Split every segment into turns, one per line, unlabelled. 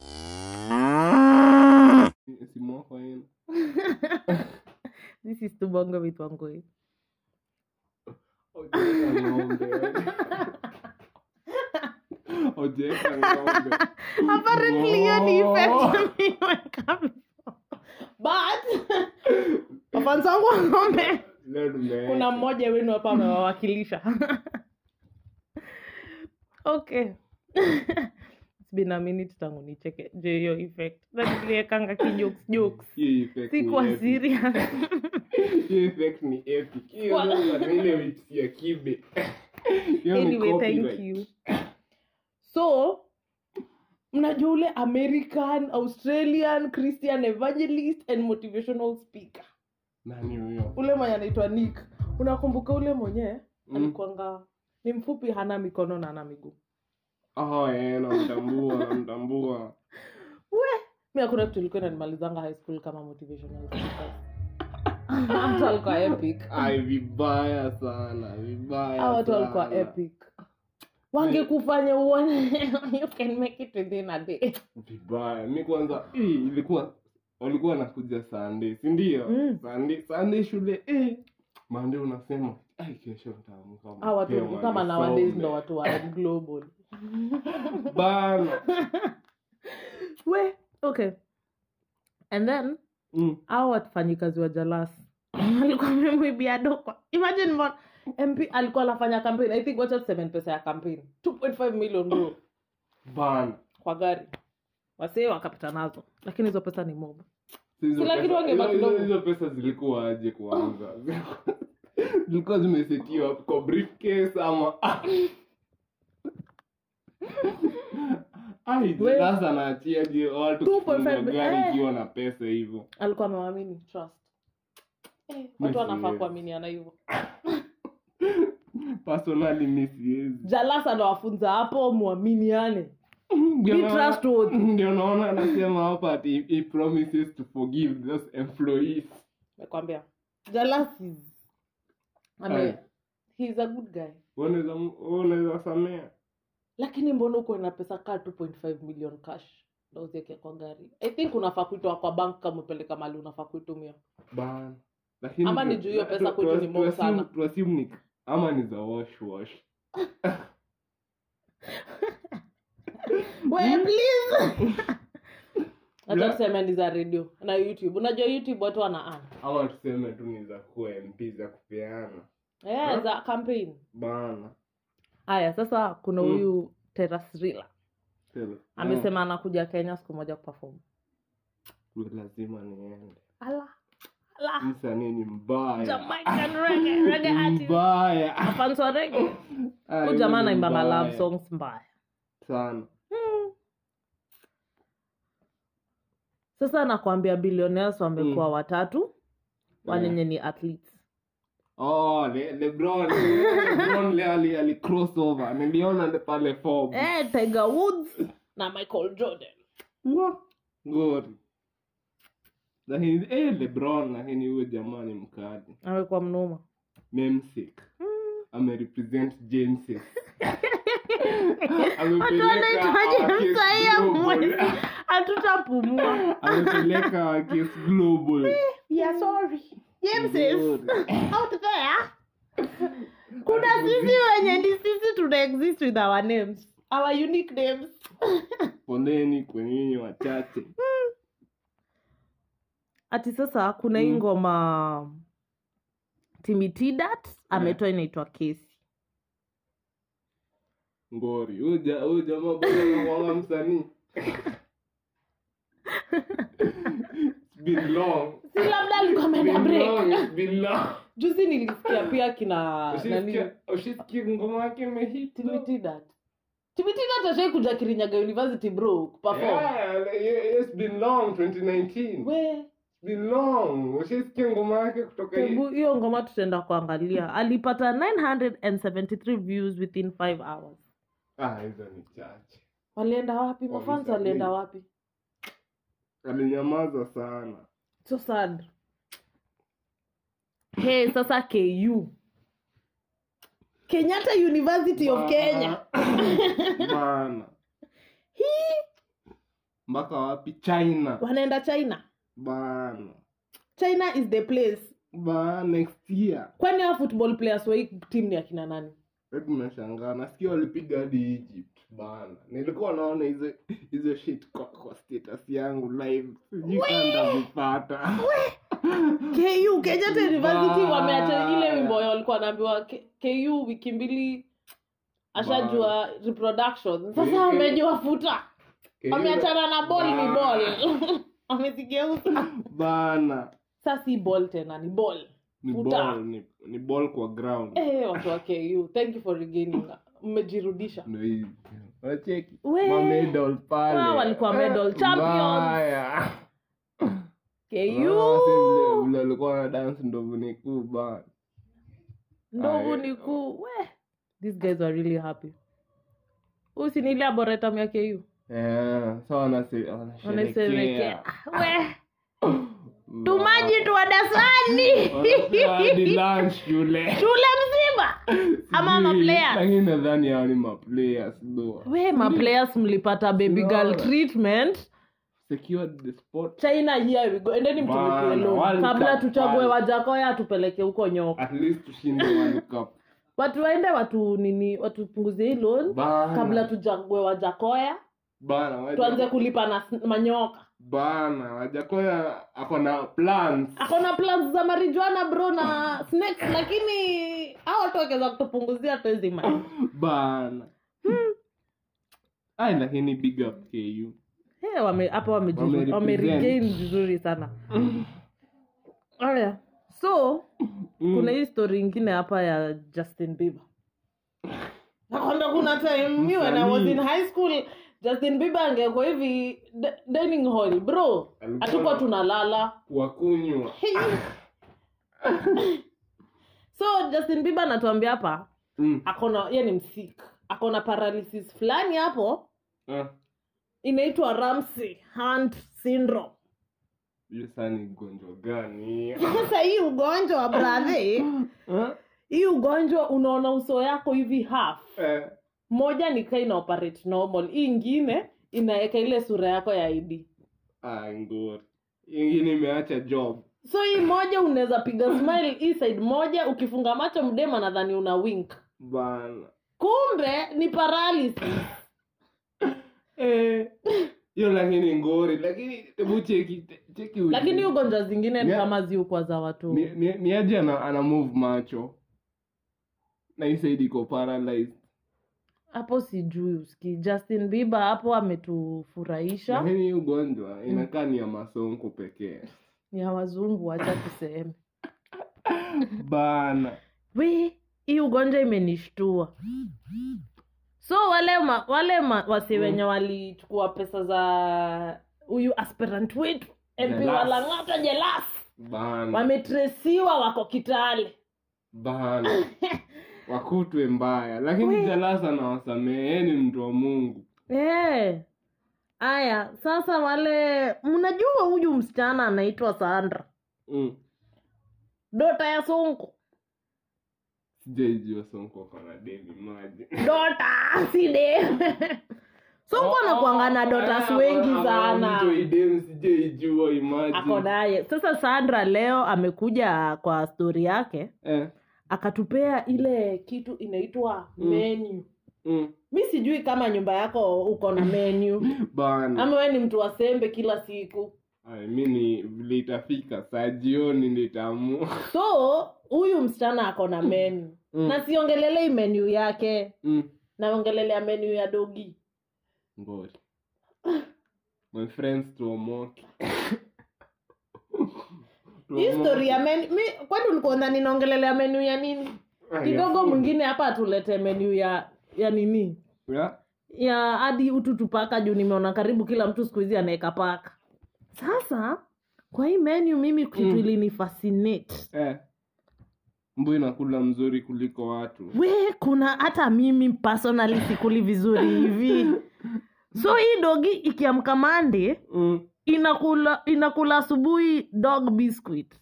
eh.
is to Bongo with Bongo.
Odeka eh. ng'ombe. Odeka ng'ombe.
Apparently, an effect
Whoa.
on me when coming But wapanzi wangu wa ng'ombe,
Leo nimeacha.
kuna mmoja wenu hapa amewawakilisha. okay It's been a minute tangu nicheke juu ya hiyo effect. Sasa niliwekanga kijokes jokes,
Hii effect ni
sikuwa
epic.
serious.
Hii effect ni epic. Hiyo
Kwa-
ndio maneno wits ya kibe. Hiyo ni
anyway thank
copyright.
you so mnajua ule american australian christian evangelist and motivational speaker
Nani huyo?
ule mwenye anaitwa nick unakumbuka ule mwenye
Mm.
alikuanga ni mfupi hana mikono na hana miguu
Oh, eh, namtambua, namtambua.
mi hakuna kitu ilikuwa inanimalizanga high school kama motivational speaker Mtu alikuwa epic
Ai, vibaya sana, vibaya
Hao watu walikuwa
sana.
epic wangekufanya uone you can make it within a day
vibaya mi kwanza eh, ilikuwa walikuwa wanakuja sande sindio
Mm.
sande sande oh. shule eh. mande unasema ai kesho nitaamka
Hawa Ah, watu
mapema
walikuwa kama
nisome."
nowadays ndo watu wa global
bana
we okay and then
mm.
hao wafanyikazi wa jalas alikuwa amemwibia dokwa imagine mbona mp alikuwa anafanya campaign i think wacha tuseme ni pesa ya campaign 2.5 million bro
bana
kwa gari wasee wakapita nazo lakini hizo pesa ni mob
Hizo
Kila
pesa-
kitu wangebaki
hizo-
dogo.
hizo pesa zilikuwa aje kwanza zilikuwa zimesetiwa kwa briefcase ama ai
We-
sasa naachia je watu
2.5
kufungua gari
eh.
ikiwa na pesa hivyo
alikuwa amewamini trust Eh, watu wanafaa
Yes.
kuaminiana hivyo
personally mi siwezi
jalasa anawafunza hapo mwaminiane
Ndio
Be
naona-
trustworthy.
ndio naona anasema hapa ati he promises to forgive those employees
nakwambia jalasi
Aye.
ame he's a good guy
unaweza unaweza samea
lakini mbona uko na pesa kaa 2.5 million cash na uziweke kwa gari i think unafaa kuitoa kwa bank kama upeleka mali unafaa kuitumia
bana lakini
Ama ni juu hiyo pesa kwetu ni mob sana.
tuasimu ni ama ni za wash wash
We, please!
Yeah.
acha Hmm? tuseme ni za radio na youtube unajua youtube watu wana earn.
ama tuseme tu ni za kump za kupeana
Eh,
Huh?
za campaign
bana
haya sasa kuna
Mm.
huyu mm. terasrila
Sema,
amesema
Hmm.
anakuja kenya siku moja kuperform
"Mm, lazima niende
ala ala
msanii ni mbaya Ah,
jamaican reggae reggae artist
mbaya
fans wa reggae
Ai,
huyu
ni
jamaa anaimba ma
mbaya
love songs mbaya Hmm.
sana
sasa nakwambia billionaires wamekuwa
Mm.
watatu wanenye ni athletes
Eh. Oh, Le LeBron, LeBron le ali, ali crossover. Niliona le- pale Forbes.
eh, tiger woods na michael jordan
Wa- Ngori. Lakini eh LeBron lakini huyo jamaa ni mkali.
amekuwa mnoma
Memsick.
Hmm.
Amerepresent Genesis.
watu
Amepeleka
wanaitwaje
Akis
msaia mwezi
Global.
hatutapumua
Amepeleka Akis Global.
yeah, sorry Jameses,
Ngori.
out there kuna sisi wenye ni sisi tuna exist with our names our unique names
Poleni kwenye wachache.
ati sasa kuna hii
Mm.
ngoma timitidat ametoa inaitwa kesi
Ngori. Huyo ja- huyo jamaa bado anakuwa msanii. It's been long.
si labda alikuwa ameenda break
bilongo
juzi nilisikia pia kina nani
oh, ushisikia ngoma yake imehit
timitidat timitidat ashai kuja kirinyaga university bro kuperform
Yeah, it's been long 2019
we
It's been long ushisikia ngoma yake kutoka hii
hebu hiyo ngoma tutaenda kuangalia alipata 973 views within 5 hours
ah hizo ni chache
walienda wapi
Walisema
mafans walienda
nini?
wapi
alinyamaza sana
so sad hey sasa ku kenyatta university of kenya
Bana. bana mpaka wapi china
wanaenda china
bana
china is the place
ba next year
kwani hawa football players wa hii team ni akina nani
Hebu nashangaa nasikia walipiga hadi egypt bana nilikuwa naona hizo hizo shit kwa, kwa status yangu live sijui kama nitazipata
ku kenyatta university
Bye.
wameacha ile wimbo ya walikuwa wanaambiwa K- ku wiki mbili ashajua reproduction
Eh,
sasa
eh.
wamejua futa wameachana na ball ni
Bye.
ball wamezigeuza
bana
sasa si ball tena ni ball
ni
Futa.
ball ni, ni ball kwa ground
eh watu wa ku thank you for regaining mmejirudisha
Ndio hivi. Unacheki?
We.
Mamedol pale. Eh,
Ah, Eh. walikuwa medal champions.
Mbaya. Ah, si vile-
ku
vile walikuwa na dance ndovu ni kuu bana.
ndovu
Aye.
ni kuu we these guys were really happy huyu si ni ile aboretam ya ku
Eh, so wanase- wanasherehekea.
wanasherekea Ah, we
Bana.
tumaji tuwadasani
Wanapewa hadi lunch shule.
shule mzima ama
Sijui,
maplayer
lakini nadhani hao ni maplayers though.
we maplayers mlipata baby girl
Unaona?
treatment
Secured the spot.
china here we go endeni
Bana,
mtumikilo
World
kabla
Cup,
tuchague
World-
wajakoya tupeleke huko nyoka
At least tushinde World Cup.
watu waende watu nini watupunguzie hii loan
Bana.
kabla tuchague wajakoya
Bana, waje-
tuanze kulipa na s- manyoka
bana wajakoya ako na plans
akona plans za marijuana bro na snakes lakini hao watu wakiweza kutupunguzia tuwezima
bana
Hmm.
ai lakini big up ku
Eh, wame- hapa wameji-
Wame
wameregain
represent.
vizuri sana haya so
Hmm,
kuna hii story ingine hapa ya justin bieber nakwambia kuna time you when i was in high school justin bieber angekwa hivi d- dining hall bro
Alikuwa-
hatukuwa tunalala
wakunywa
so justin bieber anatuambia hapa
Mm,
akona ye ni msik akona paralysis fulani hapo
ah,
inaitwa ramsey hunt syndrome
hiyo saa ni ugonjwa gani
sasa hii ugonjwa wa bradhi
Ah,
hii ugonjwa unaona uso yako hivi half
eh,
moja ni kaa ina operate normal hii ingine inaweka ile sura yako ya id
ah, ngori ingine imeacha job
so hii moja unaweza piga smile hii side moja ukifunga macho mdema nadhani una wink
bana
kumbe ni paralysis
Eh, hiyo lakini ngori lakini hebu cheki cheki uji-
lakini hii ugonjwa zingine ni
Yeah.
kama ziukwa za watu
Ni- ni- ni aje ana, ana move macho na hii side iko paralyzed
hapo sijui uski justin bieber hapo ametufurahisha
lakini hii ugonjwa inakaa ni ya masonko pekee
ni ya wazungu wacha tuseme
bana
we hii ugonjwa imenishtua so wale ma, wale ma, wasi wenye walichukua pesa za huyu aspirant wetu mp
Jelas.
walang'ata jelas
bana
wametresiwa wako kitale
bana wakutwe mbaya lakini
We-
jalasa nawasameeni mtu wa mungu
Eh. haya sasa wale mnajua huyu msichana anaitwa sandra
mm.
dota ya sunku
sijaijua sonko kona deli maji
dota sideme sunku
Oh,
anakuanga na dotas wengi sana
idem sijaijua imagine.
ako naye sasa sandra leo amekuja kwa stori yake
eh.
akatupea ile kitu inaitwa
Mm.
menu
mm.
mi sijui kama nyumba yako uko na menu
bana
ama wee ni mtu wa sembe kila siku
Ay, mi ni vile itafika saa jioni nitamu
so huyu msichana ako na menu
Mm.
na siongelelei menu yake
mm.
naongelelea menu ya dogi
ngori my friends tuomoki
hii story ya menu mi kwani ulikuona ninaongelelea menu ya nini
Ah,
kidogo mwingine hapa atulete menu ya ya nini
yeah.
ya hadi utu tupaka juu nimeona karibu kila mtu siku hizi anaweka paka sasa kwa hii menu mimi kitu
Mm.
ilini fascinate
eh. mbu inakula mzuri kuliko watu
we kuna hata mimi personally sikuli vizuri hivi so hii dogi ikiamka mandi
mm.
inakula inakula asubuhi dog biscuit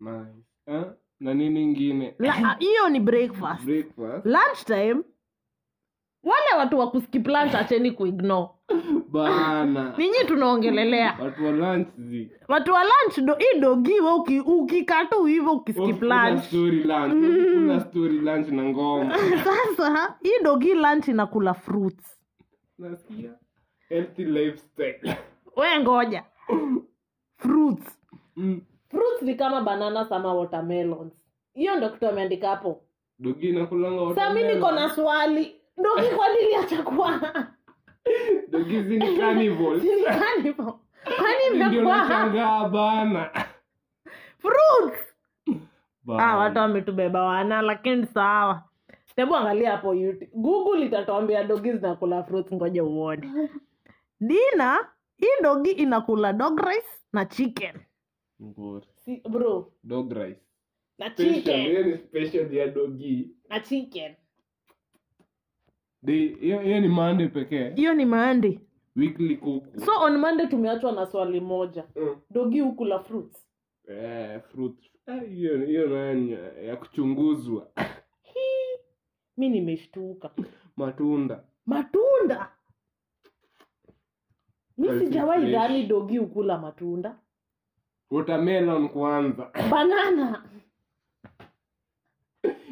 nice. eh? na nini ingine
La- hiyo ni breakfast
breakfast
lunchtime wale watu wa kuskiplant acheni kuignore Mm.
bana
ninyi tunaongelelea
watu wa lunch zi
watu wa lunch do hii dogiwe uki- ukikatu hivyo ukiskip
Oh, Kuna
lunch Mm.
story lunch Kuna story lunch na ngoma
sasa hii dogi lunch inakula fruits
nasikia healthy lifestyle
we ngoja fruits
Mm.
fruits ni kama banana sama watermelons hiyo ndo kitu ameandika hapo
dogi inakulanga
sa mi
watermelon.
niko na swali dogi kwa nini achakua
dogi hizi ni carnivores.
Yaani, kwani
ndio
mmekuwa
nashangaa bana
fruits
Bana.
ah, watu wametubeba wana lakini sawa hebu angalia hapo youtube google itatwambia dogi zinakula fruits ngoja uone dina hii dogi inakula dog rice na chicken
Ngori.
si, bro
dog rice
na
Special,
chicken
hiyo ni special ya dogi
na chicken
They- hiyo hiyo ni mande pekee
hiyo ni maandi
weekly kuku
so on monday tumeachwa na swali moja
Mm.
dogi hukula fruits
Eh, fruit Eh, hiyo hiyo nayo ni ya- ya kuchunguzwa
mi nimeshtuka
matunda
matunda mi
Healthy
sijawahi
fresh.
dhani dogi hukula matunda
watermelon kwanza
banana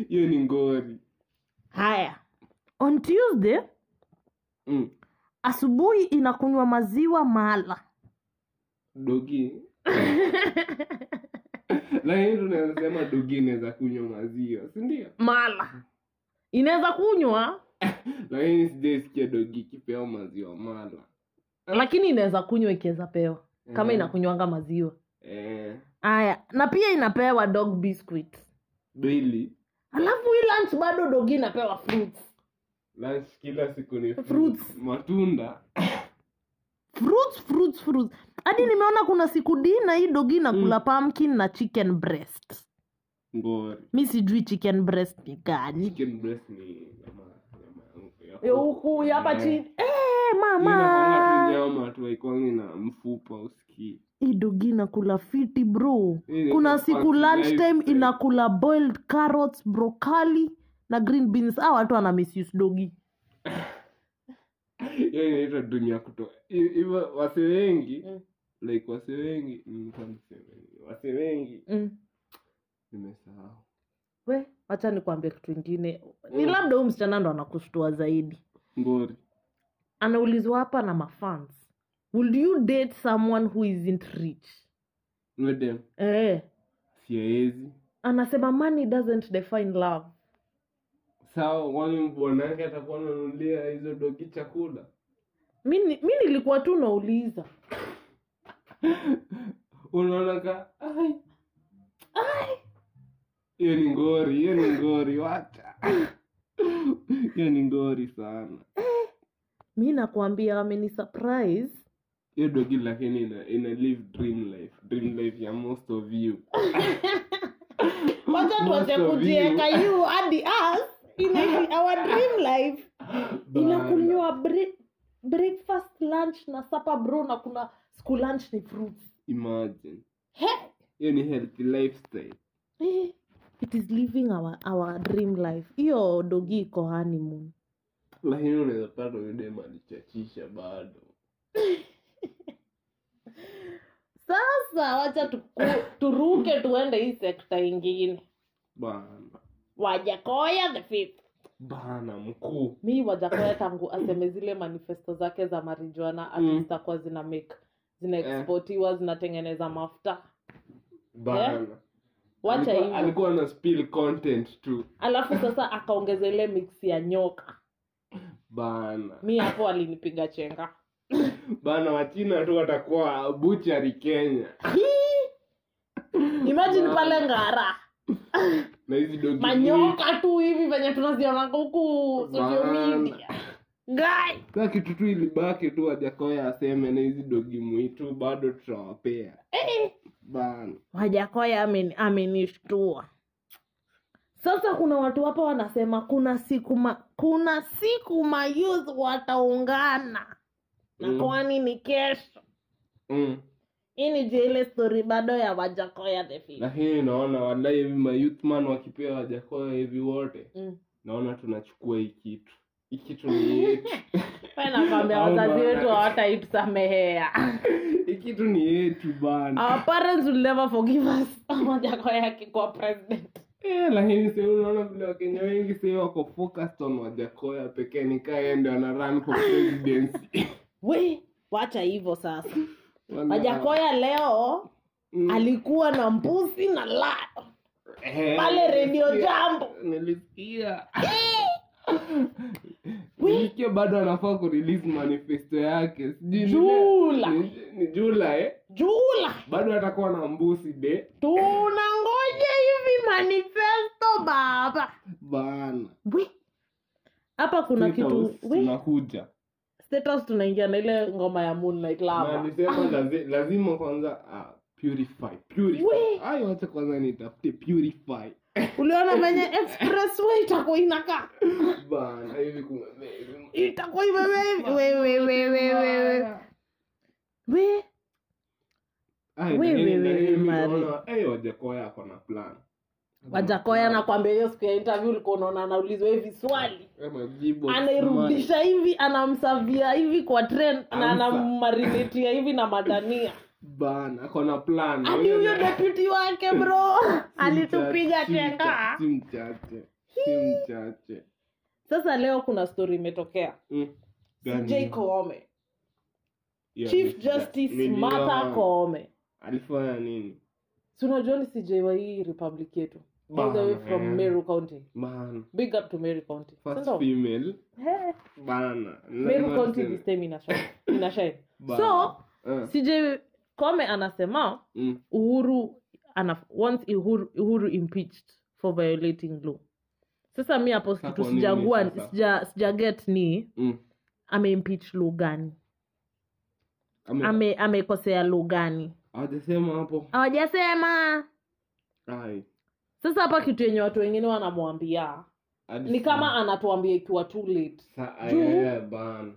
hiyo ni ngori
haya on tuesday
mm.
asubuhi inakunywa maziwa mala
dogi lakini tunaweza sema dogi inaweza kunywa maziwa sindio
mala inaweza kunywa
lakini sijaisikia dogi kipewa maziwa mala
lakini inaweza kunywa ikiweza pewa kama
Eh,
inakunywanga maziwa
eh,
Mm. haya na pia inapewa dog biscuit
daily
alafu hii lunch bado dogi inapewa fruits
lunch kila siku ni fruit.
Fruits.
matunda
fruits fruits fruits hadi nimeona kuna siku dina hii dogi inakula pumpkin na chicken breast
ngori
mi sijui chicken breast ni gani
chicken breast ni nyama- nyama ya kuku.
huku hapa
Eh.
chini Eh,
Inakuanga tu
mama
nyama tu haikuangi na mfupa usikii
hii dogi inakula fiti bro
Hii ni
kuna
kwa eh.
siku
fancy
lunchtime
lifestyle.
inakula boiled carrots brokali na green beans a watu ana misuse dogi
hiyo inaitwa dunia kutoka hivyo wase wengi
Mm.
like wase wengi mm, kwa niseme, wase wengi
mm.
nimesahau
we wacha nikuambia kitu ingine ni
Mm.
labda huyu msichana ndo anakushtua zaidi
ngori
anaulizwa hapa na mafans will you date someone who isn't rich
medem
eh,
siaezi
anasema money doesn't define love
sawa kwani bwanake atakuwa nanulia hizo doki chakula
mi ni- mi nilikuwa tu nauliza
unaona ka "Ai, ai." hiyo ni ngori hiyo ni ngori wacha hiyo ni ngori sana
mi nakwambia amenisurprise
hiyo dogi lakini ina, ina live dream life dream life ya most of you
wacha tuanze
Most of
kujieka
you.
you hadi us in our dream life
Bana.
inakunywa bre- breakfast lunch na supper bro na kuna school lunch ni fruits
imagine
He!
hiyo ni healthy lifestyle
Eh, it is living our, our dream life hiyo dogi iko honeymoon
lakini unaweza pata udem alichachisha bado
sasa wacha tuku- turuke tuende hii sekta ingine
bana
wajakoya the fifth
bana mkuu
mi wajakoya tangu aseme zile manifesto zake za marijuana
Mm. Eh.
atistakuwa zina make zinaexpotiwa zinatengeneza mafuta
bana
Eh, wacha
Alikuwa-
hivyo
alikuwa na spill content tu
alafu sasa akaongeza ile mix ya nyoka
bana
mi hapo alinipiga chenga
bana wachina tu watakuwa buchari kenya
imagine
Wow.
pale ngara
na hizi dogi nyingi.
manyoka tu hivi venye tunazionanga huku social
Bana.
media ngai
Sasa kitu tu ilibaki tu wajakoya aseme na hizi dogi mwitu bado tutawapea
Eh,
bana
wajakoya amen- amenishtua sasa kuna watu hapa wanasema kuna siku ma, kuna siku mayouth wataungana na
Mm.
kwani ni kesho
mm.
hii ni je ile story bado ya wajakoya the film
lakini naona wadai hivi mayouthman wakipewa wajakoya hivi wote
mm.
naona tunachukua hii kitu ikitu
Wewe nakwambia
Au
wazazi
bana.
wetu hawataitusamehea
ikitu ni yetu bana
our parents will never forgive us majako yake kwa president
Eh, lakini sahii unaona vile wakenya wengi sahii wako focused on wajakoya pekee nikae ndio ana run for presidency
we wacha hivyo sasa
Wana-
majakoya leo
Mm.
alikuwa na mbuzi na lado
Eh,
pale Radio
nilisikia-
Jambo.
nilisikia nilisikia bado anafaa kurelease manifesto yake sijui ni-
Jula.
ni- ni jula eh?
jula
bado atakuwa na mbusi de
tunangoja hivi manifesto baba
bana
we hapa kuna
State
kitu
House,
we
tunakuja
status tunaingia na ile ngoma ya moonlight
Na
lava
alisema lazi- lazima kwanza ah, purify purify
We.
Hayo wacha kwanza nitafute purify
uliona venye expressway itakuwa inakaa
bana hivi kumemeza
itakuwa imewea hivi. We, we, we, we, we, we. We,
Ai,
We,
na
we,
yeye-
we,
na yeye
we,
mimi
Mari.
naona, eh, wajakoya ako na plan
wajakoya nakwambia hiyo siku ya interview ulikuwa unaona anaulizwa hivi swali
Eh, majibu
anairudisha hivi anamsavia hivi kwa tren na
Amsa.
anamarinetia hivi na madania
bana ako na plan
hadi
Huyo
huyo
na-
deputy wake bro
si
alitupiga
mchache, si mchache,
chenga
si mchache si mchache
sasa leo kuna story imetokea
Mm. Gani?
j koome
Yeah,
chief
niliona-
justice
niliona.
martha koome
alifanya nini
Si unajua ni cj wa hii republic yetu all the
Bana,
way from
eh.
meru county
bana
big up to meru county
first
Sasa-
female
Hey,
bana
meru
lazima
county
tuseme.
this time inashine inashine
Bana.
so
Eh,
cj kome anasema
mm,
uhuru ana once uhuru, uhuru impeached for violating law sasa mi hapo
Sasa
kitu
kwa nini
sijagua
sasa?
sija, sija get ni
mm.
ameimpeach law gani
Ame-
Ame- amekosea law gani
hawajasema hapo
hawajasema
Ai,
sasa hapa kitu yenye watu wengine wanamwambia
hadi
ni kama
sasa-
anatuambia ikiwa too late
Sa- ai,
Juu.
ai, ai, bana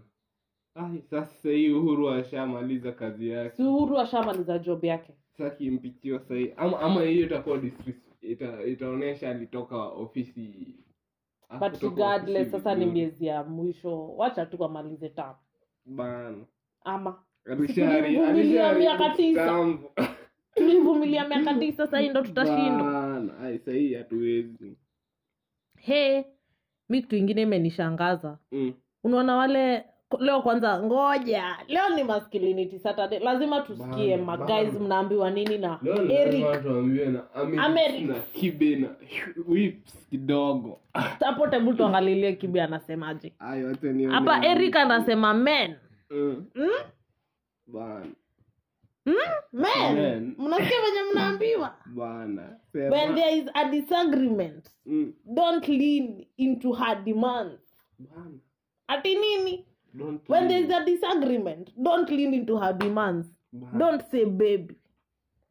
Ai, sasa hii uhuru ashamaliza kazi yake
si uhuru ashamaliza job yake
sasa kimpichiwa sahii ama ama hiyo itakuwa disres- ita, itaonyesha alitoka ofisi
but
hakutoka
regardless
Ah, ofisi
sasa ni
vizuri.
miezi ya mwisho wacha tu amalize tam
bana
ama
Alishari-
tulivumilia
alishari-
miaka tisa.
kitambo.
tulivumilia miaka tisa sahii ndo tutashindwa
Bana, ai, sahii hatuwezi
he mi kitu ingine imenishangaza
Mm,
unaona wale leo kwanza ngoja leo ni masculinity saturday lazima tusikie
Bana,
maguys
bana.
mnaambiwa nini na
leo ni lazima
eric
tuambiwe na Ameri-
Ameri-
na kibe na whips kidogo
tapote mtu angalilie kibi anasemaje
Ai, wacha nione
hapa
hiyo.
eric anasema men
Mm,
Mm?
bana
Mm? men
Men.
mnasikia venye mnaambiwa
bana
when
sema
there is a disagreement
Mm,
don't lean into her demands
bana
ati nini
don't
when there
leave.
is a disagreement don't lean into her demands
Bana.
don't say baby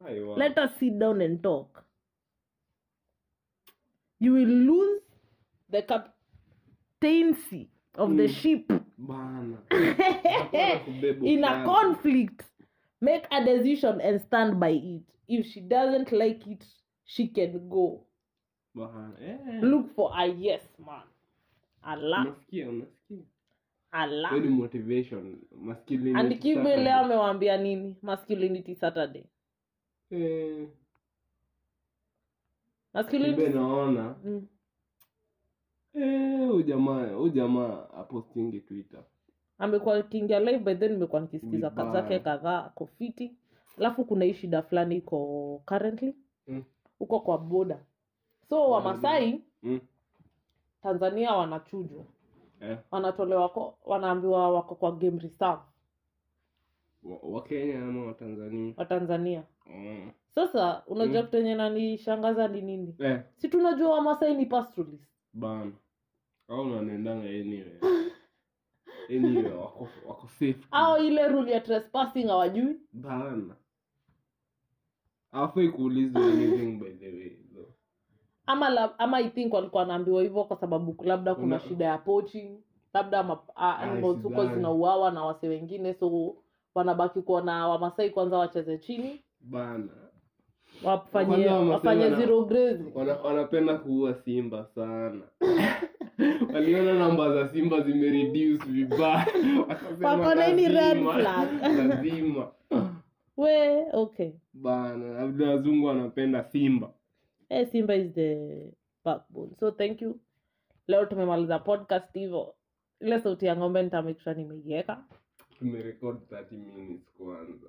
Ai, wa-
let us sit down and talk you will lose the captaincy of
Mm.
the ship
bana Hakuna kubebwa
in a
sana.
conflict make a decision and stand by it if she doesn't like it she can go
Bana, eh.
look for a yes man allah
unasikia unasikia
allah
Hiyo ni motivation masculinity
andikibe
Saturday.
leo amewaambia nini masculinity saturday
Eh, kibe
masculinity
naona
Mm.
Eh, huyu jamaa huyu jamaa apostingi twitter
amekuwa akiingia live by then nimekuwa nikisikiza
Vibaya.
kazi zake kadhaa ako fiti alafu kuna hii shida fulani iko currently
Mm.
huko kwa boda so wamasai
mm.
tanzania wanachujwa
eh,
wanatolewa ko- wanaambiwa wako kwa game reserve
wa- wakenya ama watanzania
wa tanzania
mm.
sasa unajua
Mm.
kitu yenye nanishangaza ni nini
eh,
si tunajua wamasai ni pastoralist.
bana au nanendanga anyway anyway wako wako safe
au ile rule ya trespassing hawajui
bana afai kuulizwa anything by the way though.
ama la, ama i think walikuwa wanaambiwa hivyo kwa sababu labda kuna
Una-
shida ya poaching labda ma, ah, a, animals huko
sidhani.
zinauawa na wase wengine so wanabaki kuwa na wamasai kwanza wacheze chini
bana
wafanye
Kwanza Wamasai
wafanye
wana-
zero grazing
Wana- wanapenda kuua simba sana waliona namba za simba zimereduce vibaya Wakasema
Wako na hii red
lazima-
flag.
lazima
we okay
bana labda wazungu wanapenda simba
eh, simba is the backbone so thank you leo tumemaliza podcast hivo ile sauti ya ng'ombe nitamekisha nimeiweka
tumerekod 30 minutes kwanza